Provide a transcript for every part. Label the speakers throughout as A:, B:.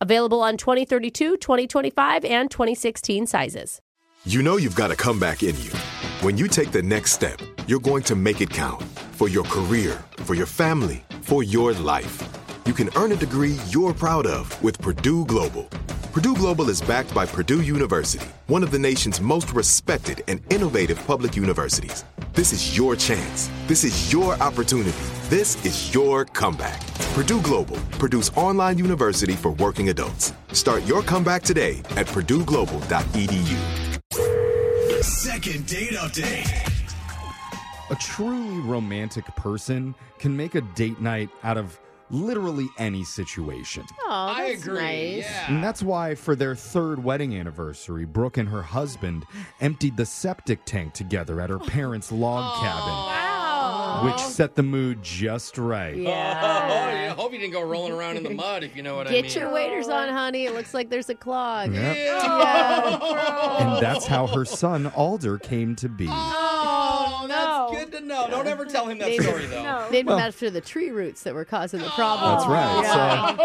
A: Available on 2032, 2025, and 2016 sizes.
B: You know you've got a comeback in you. When you take the next step, you're going to make it count for your career, for your family, for your life. You can earn a degree you're proud of with Purdue Global. Purdue Global is backed by Purdue University, one of the nation's most respected and innovative public universities. This is your chance. This is your opportunity. This is your comeback. Purdue Global, Purdue's online university for working adults. Start your comeback today at E purdueglobal.edu.
C: Second date update.
D: A truly romantic person can make a date night out of literally any situation.
A: Oh, that's nice.
D: And that's why, for their third wedding anniversary, Brooke and her husband emptied the septic tank together at her parents' log cabin,
A: Wow.
D: which set the mood just right.
A: Oh, Yeah.
E: Oh, I hope you didn't go rolling around in the mud, if you know what I mean.
A: Get your waders on, honey. It looks like there's a clog.
D: Yep.
A: Yeah.
D: And that's how her son Alder came to be.
E: Oh,
A: no.
E: that's good to know. Don't ever tell him that story, though.
A: Named after the tree roots that were causing the problem.
D: That's right.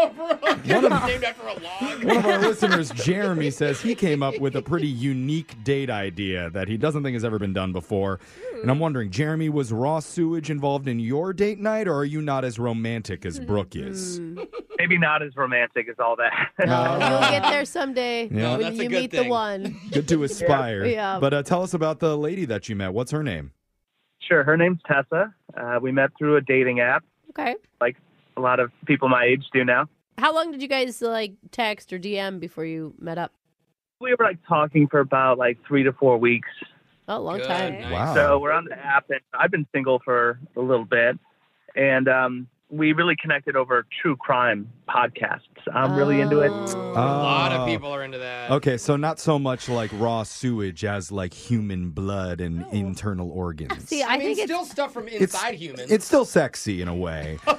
D: So
E: Get him named after a log.
D: one of our listeners, Jeremy, says he came up with a pretty unique date idea that he doesn't think has ever been done before. And I'm wondering, Jeremy, was raw sewage involved in your date night, or are you not as romantic as Brooke is?
A: Mm-hmm.
F: Maybe not as romantic as all that.
A: Oh, you'll
D: uh,
A: get there someday
D: No,
A: when
E: that's a
A: you
E: good
A: meet the
E: thing.
A: one.
D: Good to aspire.
A: Yeah.
D: But uh, tell us about the lady that you met. What's her name?
F: sure, her name's Tessa. Uh, we met through a dating app,
A: Okay.
F: like a lot of people my age do now.
A: How long did you guys like text or DM before you met up?
F: We were like talking for about like three to four weeks.
A: Oh, a long
E: Good,
A: time.
E: nice.
D: Wow.
F: So we're on the app, and I've been single for a little bit, and um, we really connected over true crime podcasts. I'm really into it.
A: Oh.
E: A lot
D: Oh.
E: of people are into that.
D: Okay, so not so much like raw sewage as like human blood and internal organs.
A: See, I,
E: I, mean,
A: think it's
E: still stuff from inside humans. Oh,
D: It's still sexy in a way.
A: I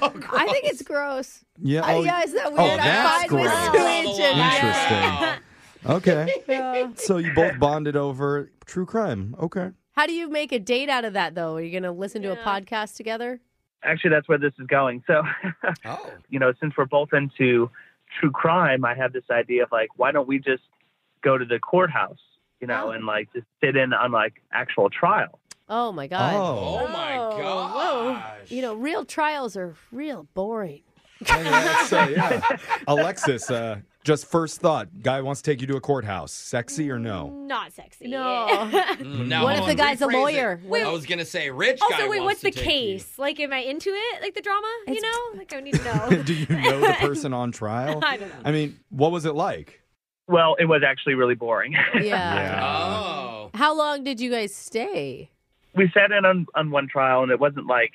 A: think it's gross.
D: Yeah.
A: Oh,
D: oh,
A: yeah, is that weird?
D: that's
A: I'm fine
D: gross.
A: with sewage and-
E: Wow.
A: uh,
D: Okay. So you both bonded over true crime. Okay.
A: How do you make a date out of that though? Are you going to listen to a podcast together?
F: Actually, that's where this is going. So,
E: Oh.
F: you know, since we're both into true crime, I have this idea of like, why don't we just go to the courthouse, you know,
E: Oh.
F: and like just sit in on like actual trial?
A: Oh my god.
D: Oh.
E: Oh my
A: Oh, whoa.
E: gosh.
A: You know, real trials are real boring.
D: Yeah, that's, uh, yeah. Alexis, uh, just first thought. Guy wants to take you to a courthouse. Sexy or no?
G: Not sexy.
A: No.
D: Hmm.
E: Mm, now
A: What if
E: hold
A: the
E: on,
A: guy's a
E: rephrase it.
A: lawyer? Wait.
E: I was gonna say, rich guy
G: Also, wait,
E: wants
G: what's
E: to
G: the
E: take you.
G: case? Like, am I into it? Like the drama? you
A: It's-
G: know? Like, I need to know.
D: Do you know the person on trial?
G: I don't know.
D: I mean, what was it like?
F: Well, it was actually really boring.
D: Uh,
A: yeah.
E: Oh.
A: How long did you guys stay?
F: we sat in on, on one trial and it wasn't like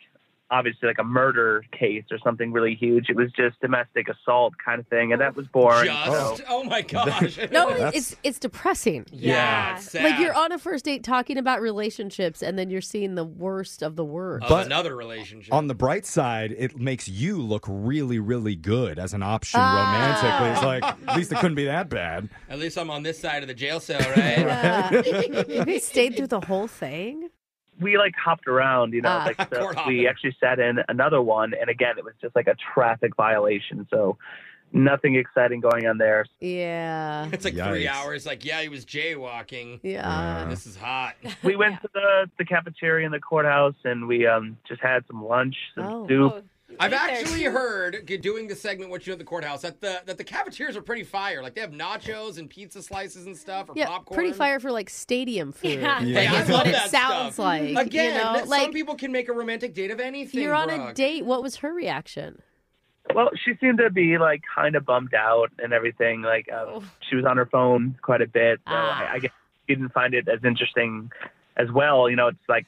F: obviously like a murder case or something really huge it was just domestic assault kind of thing and that was boring
E: Just. Oh my gosh.
A: No,
D: That's-
A: it's it's depressing.
E: Yeah.
G: Yeah.
E: it's sad.
A: Like you're on a first date talking about relationships and then you're seeing the worst of the worst.
E: Of
D: But-
E: another relationship.
D: On the bright side, it makes you look really, really good as an option romantically. It's like, at least it couldn't be that bad.
E: At least I'm on this side of the jail cell, right?
A: Yeah. you guys stayed through the whole thing?
F: we like hopped around, you know.
A: Ah.
F: like so
E: Court
F: we
E: hopping.
F: actually sat in another one, and again, it was just like a traffic violation. So nothing exciting going on there.
A: Yeah.
E: It's like three
D: Yikes.
E: hours. Like, yeah, he was jaywalking.
A: Yeah.
E: This is hot.
F: We went to the the cafeteria in the courthouse, and we um just had some lunch, some
A: Oh.
F: soup.
G: Oh,
E: I've
G: right there.
E: actually heard g- doing the segment "What You Know at the Courthouse" that the that the cafeterias are pretty fire. Like they have nachos and pizza slices and stuff, or
A: Yeah.
E: popcorn.
A: Pretty fire for like stadium food.
G: Yeah.
A: Like,
G: Yeah.
E: Like, I
A: is
E: love
A: what it
E: that
A: sounds
E: stuff.
A: like. you
E: Again,
A: know?
E: that-
A: like
E: some people can make a romantic date of anything.
A: you're on a
E: Brooke.
A: date. What was her reaction?
F: Well, she seemed to be like kind of bummed out and everything. Like um,
G: Oh.
F: she was on her phone quite a bit, so
A: Ah.
F: I, I guess she didn't find it as interesting as well. You know, it's like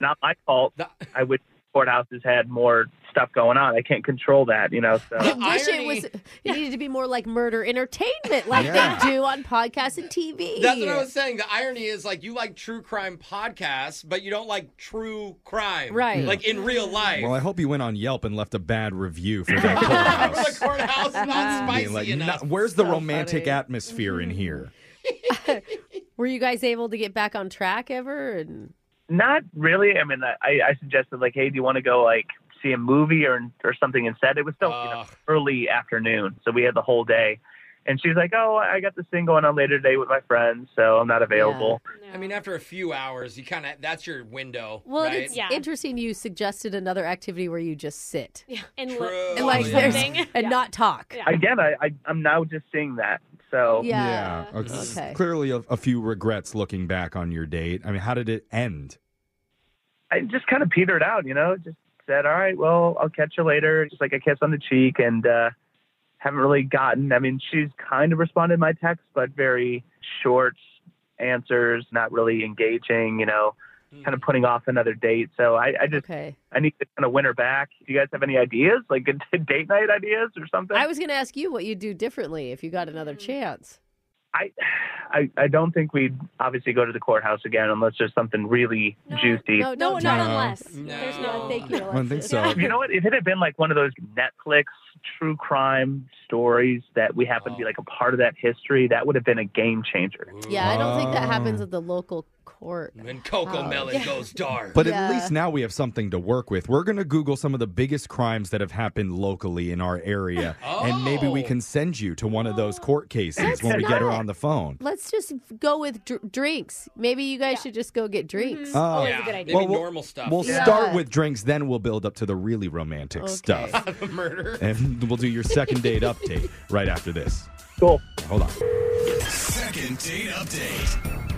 F: not my fault.
E: The-
F: I wish courthouses had more stuff going on. I can't control that. You know, so
A: I wish it
E: irony-
A: was. It needed to be more like murder entertainment, like
D: Yeah.
A: they do on podcasts and TV.
E: That's what I was saying. The irony is like you like true crime podcasts, but you don't like true crime,
A: Right.
E: Like in real life.
D: Well, I hope you went on Yelp and left a bad review for that courthouse.
E: the courthouse is not
D: Being
E: spicy
D: like,
E: enough.
D: "No- where's the
A: So
D: romantic
A: funny.
D: atmosphere in here?
A: Were you guys able to get back on track ever? And
F: not really. I mean, I, I suggested like, hey, do you want to go like see a movie or or something instead? It was still you know,
E: Ugh.
F: early afternoon, so we had the whole day. And she's like, oh, I got this thing going on later today with my friends, so I'm not available.
G: No.
E: I mean, after a few hours, you kind of that's your window,
A: well,
E: right?
A: it's
G: Yeah.
A: interesting. You suggested another activity where you just sit
G: Yeah. And
E: True.
G: li-
A: and
E: Oh,
A: like
G: watch
E: yeah.
A: there's
G: something.
A: and
G: Yeah.
A: not talk.
G: Yeah.
F: Again, I, I I'm now just seeing that. So
A: Yeah.
D: Yeah. Okay. s-
A: Okay.
D: Clearly, a, a few regrets looking back on your date. I mean, how did it end?
F: I just kind of petered out, you know, just said, all right, well, I'll catch you later. Just like a kiss on the cheek and uh, haven't really gotten. I mean, she's kind of responded to my text, but very short answers, not really engaging, you know, kind of putting off another date. So I, I just,
A: Okay.
F: I need to kind of win her back. Do you guys have any ideas, like good date night ideas or something?
A: I was going to ask you what you'd do differently if you got another
G: Mm.
A: chance.
F: I, I, I don't think we'd obviously go to the courthouse again unless there's something really
G: No,
F: juicy.
A: No,
G: No,
A: no,
G: not
D: No.
G: unless.
E: No.
G: There's no. Thank you.
D: I don't think so.
F: You know what? If it had been like one of those Netflix true crime stories that we happen to be like a part of that history, that would have been a game changer.
A: Yeah, I don't think that
D: Oh.
A: happens at the local court.
E: When Coco Melon goes dark.
D: Uh, But
A: Yeah.
D: at least now we have something to work with. We're going to Google some of the biggest crimes that have happened locally in our area, and maybe we
E: Oh.
D: can send you to one of those court cases when we get her on the phone.
A: Let's just go with dr- drinks. Maybe you guys should just go get
E: Mm-hmm.
A: drinks.
D: Oh,
G: Always a good
E: Yeah,
G: idea.
E: maybe
D: Well, we'll-
E: normal stuff.
D: We'll
A: Yeah.
D: start with drinks, then we'll build up to the really romantic
A: Okay.
D: stuff.
E: the murder.
D: And we'll do your second date update right after this.
F: Cool.
D: Hold on.
C: Second date update.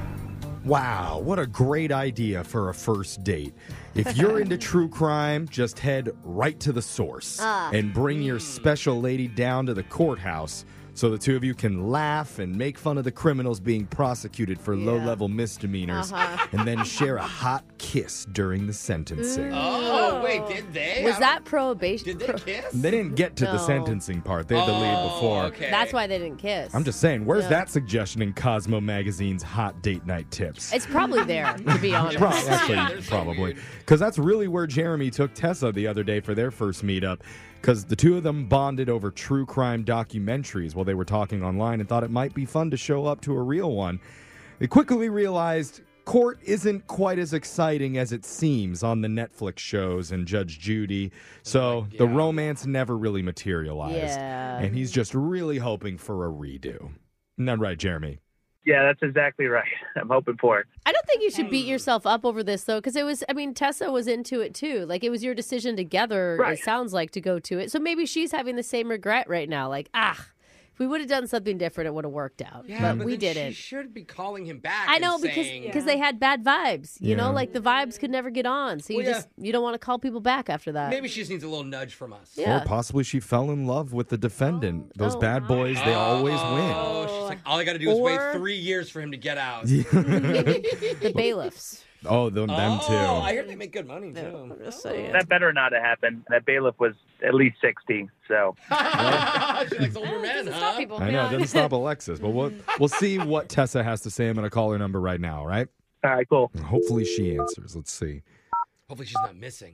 D: Wow, what a great idea for a first date. If you're into true crime, just head right to the source
E: Ah.
D: and bring your special lady down to the courthouse so the two of you can laugh and make fun of the criminals being prosecuted for low level misdemeanors
E: Uh-huh.
D: and then share a hot kiss during the sentencing.
E: Oh, wait, did they?
A: Was
E: I
A: that prohibition?
E: don't- Did they kiss?
D: They didn't get to the
A: No.
D: sentencing part, they had to leave
E: Oh,
D: before.
E: Okay.
A: That's why they didn't kiss.
D: I'm just saying, where's
A: Yeah.
D: that suggestion in Cosmo Magazine's hot date night tips?
A: It's probably there, to be honest.
D: Pro-
E: Yeah,
D: actually,
E: they're so
D: probably.
E: weird.
D: Because that's really where Jeremy took Tessa the other day for their first meetup. Because the two of them bonded over true crime documentaries while they were talking online and thought it might be fun to show up to a real one. They quickly realized court isn't quite as exciting as it seems on the Netflix shows and Judge Judy. So the romance never really materialized.
A: Yeah.
D: And he's just really hoping for a redo. Isn't that right, Jeremy?
F: Yeah, that's exactly right. I'm hoping for it.
A: I don't think you should beat yourself up over this though, because it was. I mean, Tessa was into it too. Like it was your decision together.
F: Right.
A: It sounds like to go to it. So maybe she's having the same regret right now. Like ah, if we would have done something different, it would have worked out.
E: Yeah,
A: but we
E: then
A: didn't.
E: She should be calling him back.
A: I
E: and
A: know because
E: saying,
A: because they had bad vibes. You know, like the vibes could never get on. So you
E: Well, yeah.
A: just you don't want to call people back after that.
E: maybe she just needs a little nudge from us.
A: Yeah.
D: Or possibly she fell in love with the defendant. Those
A: oh,
D: bad boys, they always win.
E: Oh, she's like, all I got to do is
A: Or-
E: wait three years for him to get out.
A: the bailiffs.
D: Oh, them, them
E: oh,
D: too.
E: I hear they make good money too.
A: Oh.
F: That better not have happened. That bailiff was at least 60. So
E: she likes older
G: Oh, it
E: men,
G: doesn't
E: huh?
G: stop people.
D: I know, it
G: Yeah.
D: doesn't stop Alexis, but we'll, we'll see what Tessa has to say. I'm going to call her number right now, all right?
F: all right, cool.
D: And hopefully she answers. Let's see.
E: Hopefully, she's not missing.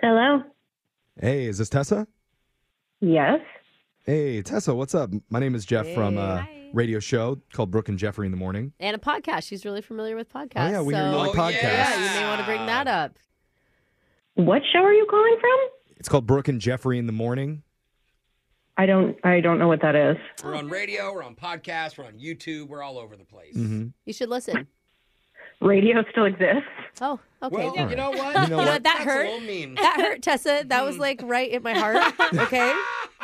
H: Hello.
D: Hey, is this Tessa?
H: Yes.
D: Hey, Tessa, what's up? My name is Jeff from uh,
G: Hi.
D: radio show called Brooke and Jeffrey in the Morning.
A: And a podcast. She's really familiar with podcasts.
D: Oh, yeah, we
A: so
D: hear you
E: Oh,
D: like podcasts.
A: yeah, you may want to bring that up.
H: What show are you calling from?
D: It's called Brooke and Jeffrey in the Morning.
H: I don't I don't know what that is.
E: We're
A: Oh.
E: on radio, we're on podcasts, we're on YouTube, we're all over the place.
D: Mm-hmm.
A: You should listen.
H: Radio still exists.
A: Oh, okay.
E: Well,
A: that,
E: you know what?
D: You know what?
A: That
E: That's
A: hurt.
E: a little mean.
A: that hurt, Tessa. That was like right in my heart. Okay.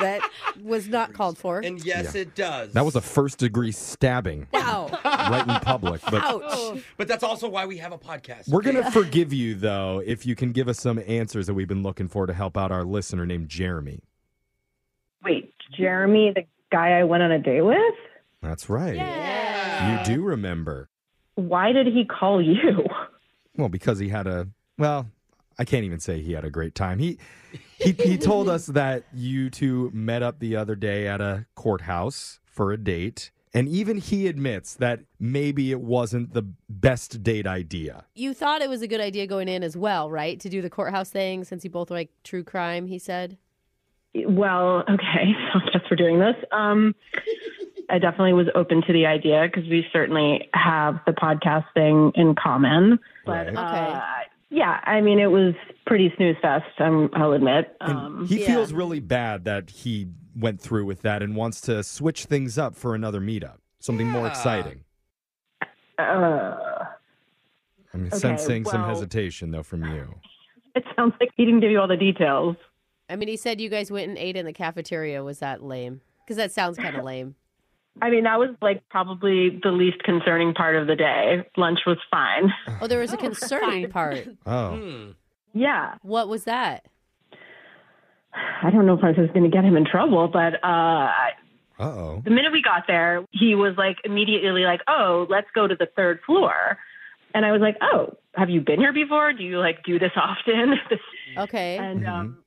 A: that was not called for.
E: And yes, it does.
D: That was a first degree stabbing
A: Wow.
D: right in public. But
A: Ouch.
E: But that's also why we have a podcast.
D: we're going to forgive you, though, if you can give us some answers that we've been looking for to help out our listener named Jeremy.
H: Wait, Jeremy, the guy I went on a date with?
D: That's right. You do remember.
H: Why did he call you?
D: Well, because he had a well, I can't even say he had a great time. He he he told us that you two met up the other day at a courthouse for a date. And even he admits that maybe it wasn't the best date idea.
A: You thought it was a good idea going in as well, right? To do the courthouse thing since you both like true crime, he said.
H: Well, okay, so I guess we're doing this. Um, I definitely was open to the idea because we certainly have the podcast thing in common. But
D: Right.
A: Okay.
H: uh, yeah, I mean, it was pretty snooze fest. I'm, I'll admit.
D: And
H: Um,
D: he
A: yeah.
D: feels really bad that he went through with that and wants to switch things up for another meetup, something more
E: Yeah.
D: exciting.
H: uh,
D: I'm
H: Okay,
D: sensing some
H: well-
D: hesitation though from you.
H: it sounds like he didn't give you all the details.
A: I mean, he said you guys went and ate in the cafeteria. Was that lame? Because that sounds kind of lame.
H: I mean, that was like probably the least concerning part of the day. Lunch was fine.
A: Oh, there was a concerning part.
D: Oh,
H: Yeah.
A: What was that?
H: I don't know if I was going to get him in trouble, but uh,
D: uh oh.
H: the minute we got there, he was like immediately like, "Oh, let's go to the third floor," and I was like, "Oh, have you been here before? Do you like do this often?"
A: Okay.
H: and um,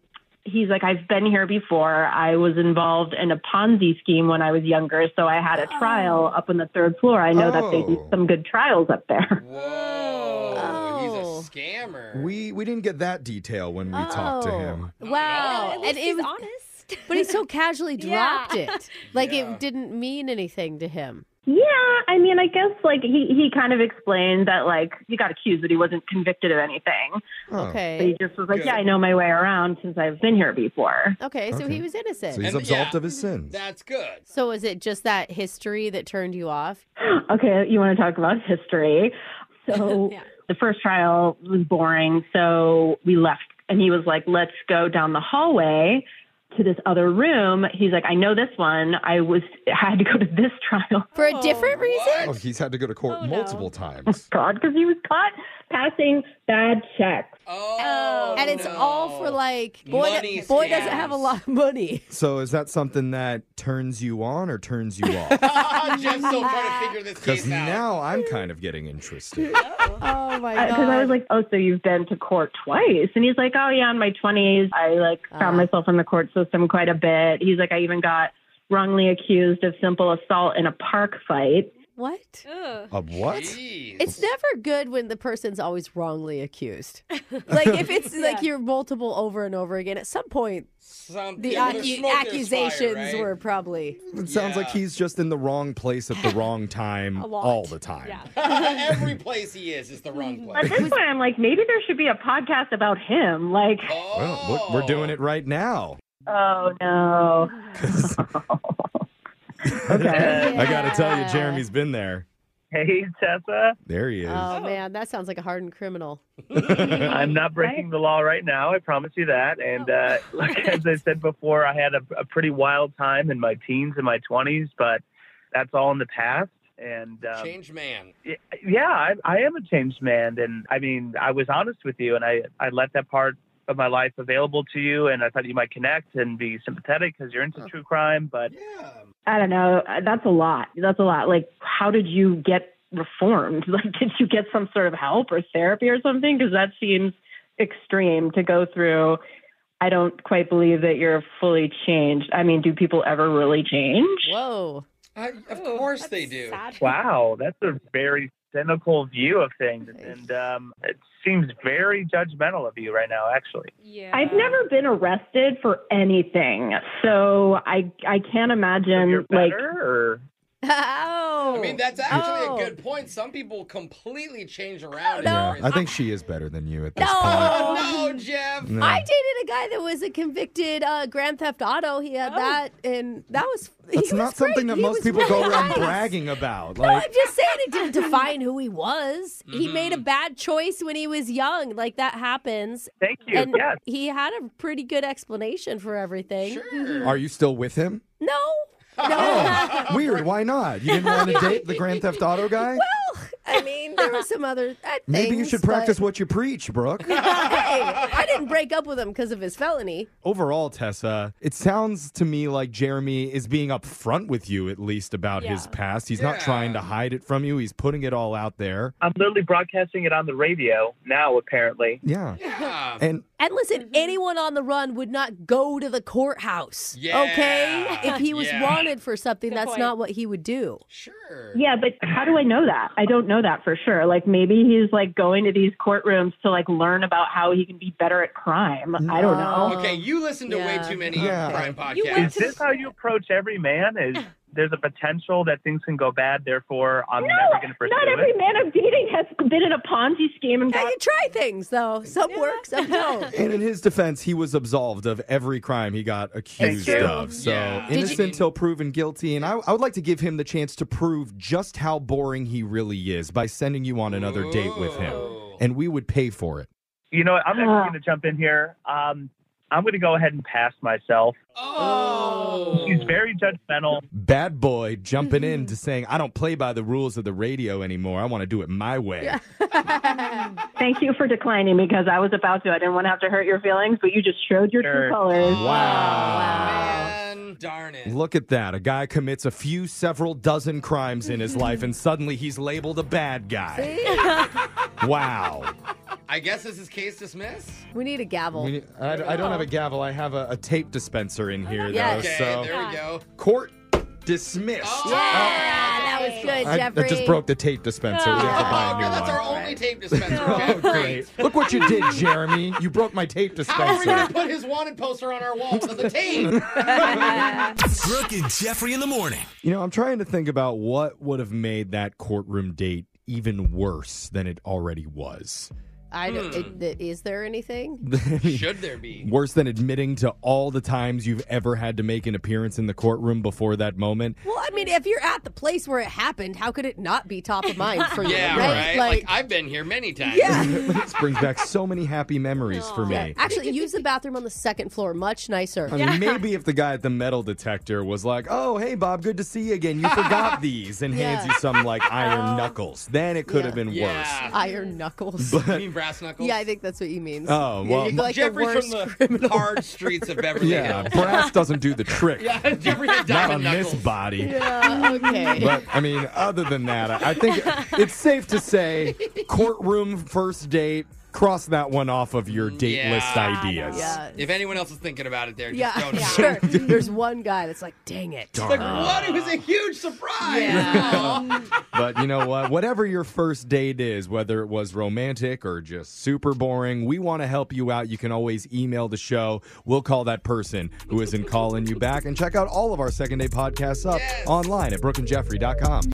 H: he's like, "I've been here before. I was involved in a Ponzi scheme when I was younger, so I had a trial up on the third floor. I know that they do
D: Oh.
H: some good trials up there."
E: Whoa.
A: Oh.
E: He's a scammer.
D: We we didn't get that detail when we talked to
A: Oh,
D: him.
A: Wow.
G: At least
A: it
G: he's
A: was-
G: honest.
A: but he so casually
G: Yeah.
A: dropped it. Like
E: Yeah.
A: it didn't mean anything to him.
H: Yeah, I mean, I guess like he he kind of explained that like he got accused, but he wasn't convicted of anything.
D: Oh.
H: But he
A: Okay.
H: just was like,
E: Good.
H: "Yeah, I know my way around since I've been here before."
A: Okay, so
D: Okay.
A: he was innocent.
D: So he's
E: And-
D: absolved
E: yeah.
D: of his sins.
E: That's good.
A: So is it just that history that turned you off?
H: Okay, you want to talk about history. So
G: Yeah.
H: the first trial was boring, so we left and he was like, "Let's go down the hallway to this other room." He's like, "I know this one. I was I had to go to this trial."
A: For a different reason?
D: Oh, he's had to go to court
G: Oh, no.
D: multiple times.
H: God, because he was caught passing bad checks.
E: Oh.
A: and it's
E: no.
A: all for like boy
E: Money
A: boy doesn't have a
E: scams.
A: lot of money.
D: so is that something that turns you on or turns you off?
E: Jeff's still trying to figure this
D: Because
E: case out.
D: now I'm kind of getting interested.
A: Oh my
H: Because I was
A: god.
H: like, "Oh, so you've been to court twice?" And he's like, "Oh yeah, in my twenties, I like found myself in the court system quite a bit." He's like, "I even got wrongly accused of simple assault in a park fight."
A: What?
G: Ugh.
D: A what?
E: Jeez.
A: It's never good when the person's always wrongly accused. like if it's like you're multiple over and over again, at some point
E: Some-
A: the
E: yeah,
A: acu-
E: there's smoke, there's
A: accusations
E: fire, right?
A: were probably
D: It sounds like
E: Yeah.
D: he's just in the wrong place at the wrong time
G: lot.
D: all the time.
G: Yeah.
E: Every place he is is the wrong
H: At
E: place.
H: this point, I'm like, maybe there should be a podcast about him. Like,
E: Oh.
D: Well, we're, we're doing it right now.
H: oh no.
D: 'Cause
H: Okay.
D: I got to tell you,
A: Yeah.
D: Jeremy's been there.
F: Uh, Hey, Tessa,
D: There he is.
A: Oh man, that sounds like a hardened criminal.
F: I'm not breaking the law right now. I promise you that. And uh, look, as I said before, I had a, a pretty wild time in my teens and my 20s, but that's all in the past. And um,
E: Change Oh, man.
F: yeah, I, I am a changed man, and I mean, I was honest with you, and I I let that part of my life available to you, and I thought you might connect and be sympathetic because you're into true crime. But
E: Yeah.
H: I don't know. Uh, That's a lot. That's a lot. Like, how did you get reformed? Like, did you get some sort of help or therapy or something? Because that seems extreme to go through. I don't quite believe that you're fully changed. I mean, do people ever really change?
A: Whoa.
E: Uh, of
G: Ooh,
E: course
G: that's
E: they do.
G: sad.
F: wow, that's a very cynical view of things, and um, it seems very judgmental of you right now, actually.
G: Yeah.
H: I've never been arrested for anything, so I I can't
F: So
H: imagine
F: you're
H: like
F: better, or
A: Oh.
E: I mean, that's actually
A: Oh.
E: a good point. Some people completely change around.
A: No.
E: in
D: I
E: their-
D: think she is better than you at this point.
A: No.
E: Oh, no, Jeff.
D: No.
A: I dated a guy that was a convicted uh, Grand Theft Auto. He had that, and that was. he
D: That's
A: was
D: not something
A: great.
D: that
A: He
D: most
A: was
D: people go
A: really
D: around
A: nice.
D: bragging about.
A: No,
D: Like, Mm-hmm.
A: I'm just saying it didn't define who he was. He made a bad choice when he was young. Like that happens.
F: Thank you.
A: And
F: yes.
A: he had a pretty good explanation for everything. Mm-hmm.
E: Sure.
D: are you still with him?
A: No. No.
D: Oh, weird. Why not? You didn't want to date the Grand Theft Auto guy?
A: Well, I mean, there were some other uh, things.
D: Maybe you should
A: but-
D: practice what you preach, Brooke.
A: hey, I didn't break up with him because of his felony.
D: Overall, Tessa, it sounds to me like Jeremy is being upfront with you, at least about his
G: Yeah.
D: past. He's not
E: Yeah.
D: trying to hide it from you, he's putting it all out there.
F: I'm literally broadcasting it on the radio now, apparently.
D: Yeah.
E: Yeah.
D: And
A: And listen,
E: Mm-hmm.
A: anyone on the run would not go to the courthouse.
E: Yeah.
A: Okay? If he was
E: Yeah.
A: wanted for something,
G: Good
A: that's
G: point.
A: not what he would do.
E: Sure.
H: Yeah, but how do I know that? I don't know that for sure. Like maybe he's like going to these courtrooms to like learn about how he can be better at crime. I don't know.
E: Okay, you listen to
A: Yeah.
E: way too many
D: Yeah.
E: crime podcasts.
G: You went
F: Is this how you approach every man? Is there's a potential that things can go bad, therefore I'm never going to pursue
H: Not every
F: it?
H: man I'm dating has been in a Ponzi scheme and
A: Yeah,
H: got
A: you try things, though. Some work, some don't.
D: and in his defense, he was absolved of every crime he got accused
F: true.
D: of. So
E: Yeah. Did you-
D: innocent till proven guilty. And I, I would like to give him the chance to prove just how boring he really is by sending you on another date with him.
E: Ooh.
D: And we would pay for it.
F: You know, what? I'm actually
H: Ah.
F: going to jump in here. Um, I'm going to go ahead and pass myself.
E: Oh.
F: He's very judgmental.
D: Bad boy jumping in to saying, I don't play by the rules of the radio anymore. I want to do it my way.
H: Thank you for declining because I was about to. I didn't want to have to hurt your feelings, but you just showed your
F: Sure.
H: true colors.
D: Wow.
E: Man, darn it.
D: Look at that. A guy commits a few several dozen crimes in his life and suddenly he's labeled a bad guy. Wow.
E: I guess this is case dismissed.
A: we need a gavel.
D: We- I, I don't have a gavel. I have a, a tape dispenser in here,
A: Yes.
D: though.
E: Okay,
D: So
E: there we go.
D: court dismissed. Uh,
E: Oh.
A: yeah, Ah, that was good,
D: I, I
A: Jeffrey.
D: just broke the tape dispenser. We have to buy
E: Oh,
D: a new
E: no, that's our
D: one.
E: only tape dispenser.
D: Oh,
E: Jeff.
D: great. Look what you did, Jeremy. You broke my tape
E: How are we going
D: dispenser.
E: to put his wanted poster on our wall with the tape?
C: Brooke and Jeffrey in the morning.
D: You know, I'm trying to think about what would have made that courtroom date even worse than it already was.
A: I don't,
E: Hmm.
A: it- it- is there anything?
D: I mean,
E: Should there be?
D: Worse than admitting to all the times you've ever had to make an appearance in the courtroom before that moment.
A: Well, I mean, if you're at the place where it happened, how could it not be top of mind for you?
E: Yeah, right. Like, I've been here many times.
A: yeah.
D: this brings back so many happy memories for me.
A: Actually, use the bathroom on the second floor. Much nicer.
D: I mean, maybe if the guy at the metal detector was like, "Oh, hey Bob, good to see you again. You forgot these," and hands you some like iron knuckles, then it could have been
E: Oh. Yeah.
A: Iron knuckles.
D: worse.
E: You
D: But
E: mean brass knuckles?
A: yeah, I think that's what he means.
D: Oh,
A: Yeah,
D: well,
A: you're like
E: Jeffrey
A: the
E: from
A: worst
E: the
A: criminal.
E: hard streets of Beverly
D: yeah,
E: Hills.
D: brass doesn't do the trick.
E: Yeah, Jeffrey
D: Not
E: had diamond
D: on
E: knuckles.
D: this body.
A: Yeah, Uh, okay.
D: But I mean, other than that, I I think it's safe to say courtroom first date. Cross that one off of your date
E: Yeah.
D: list ideas.
A: yeah.
E: If anyone else is thinking about it, there, just
A: Yeah,
E: don't. do it.
A: sure. There's one guy that's like, dang it.
E: Like what? It was a huge surprise.
D: But you know what? Whatever your first date is, whether it was romantic or just super boring, we want to help you out. You can always email the show. We'll call that person who isn't calling you back. And check out all of our second day podcasts up
E: Yes.
D: online at brookandjeffrey.com.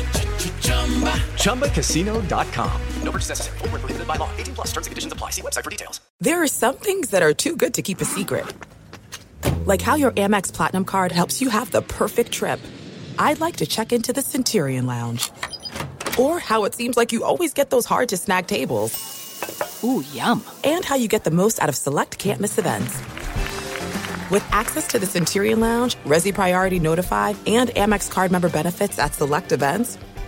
D: ChumbaCasino.com. No purchase necessary. Void where prohibited by law. 18 plus terms and conditions apply. See website for details.
H: There are some things that are too good to keep a secret. Like how your Amex Platinum card helps you have the perfect trip. I'd like to check into the Centurion Lounge. Or how it seems like you always get those hard to snag tables. Ooh, yum. And how you get the most out of select can't miss events. With access to the Centurion Lounge, Resi Priority Notified, and Amex card member benefits at select events,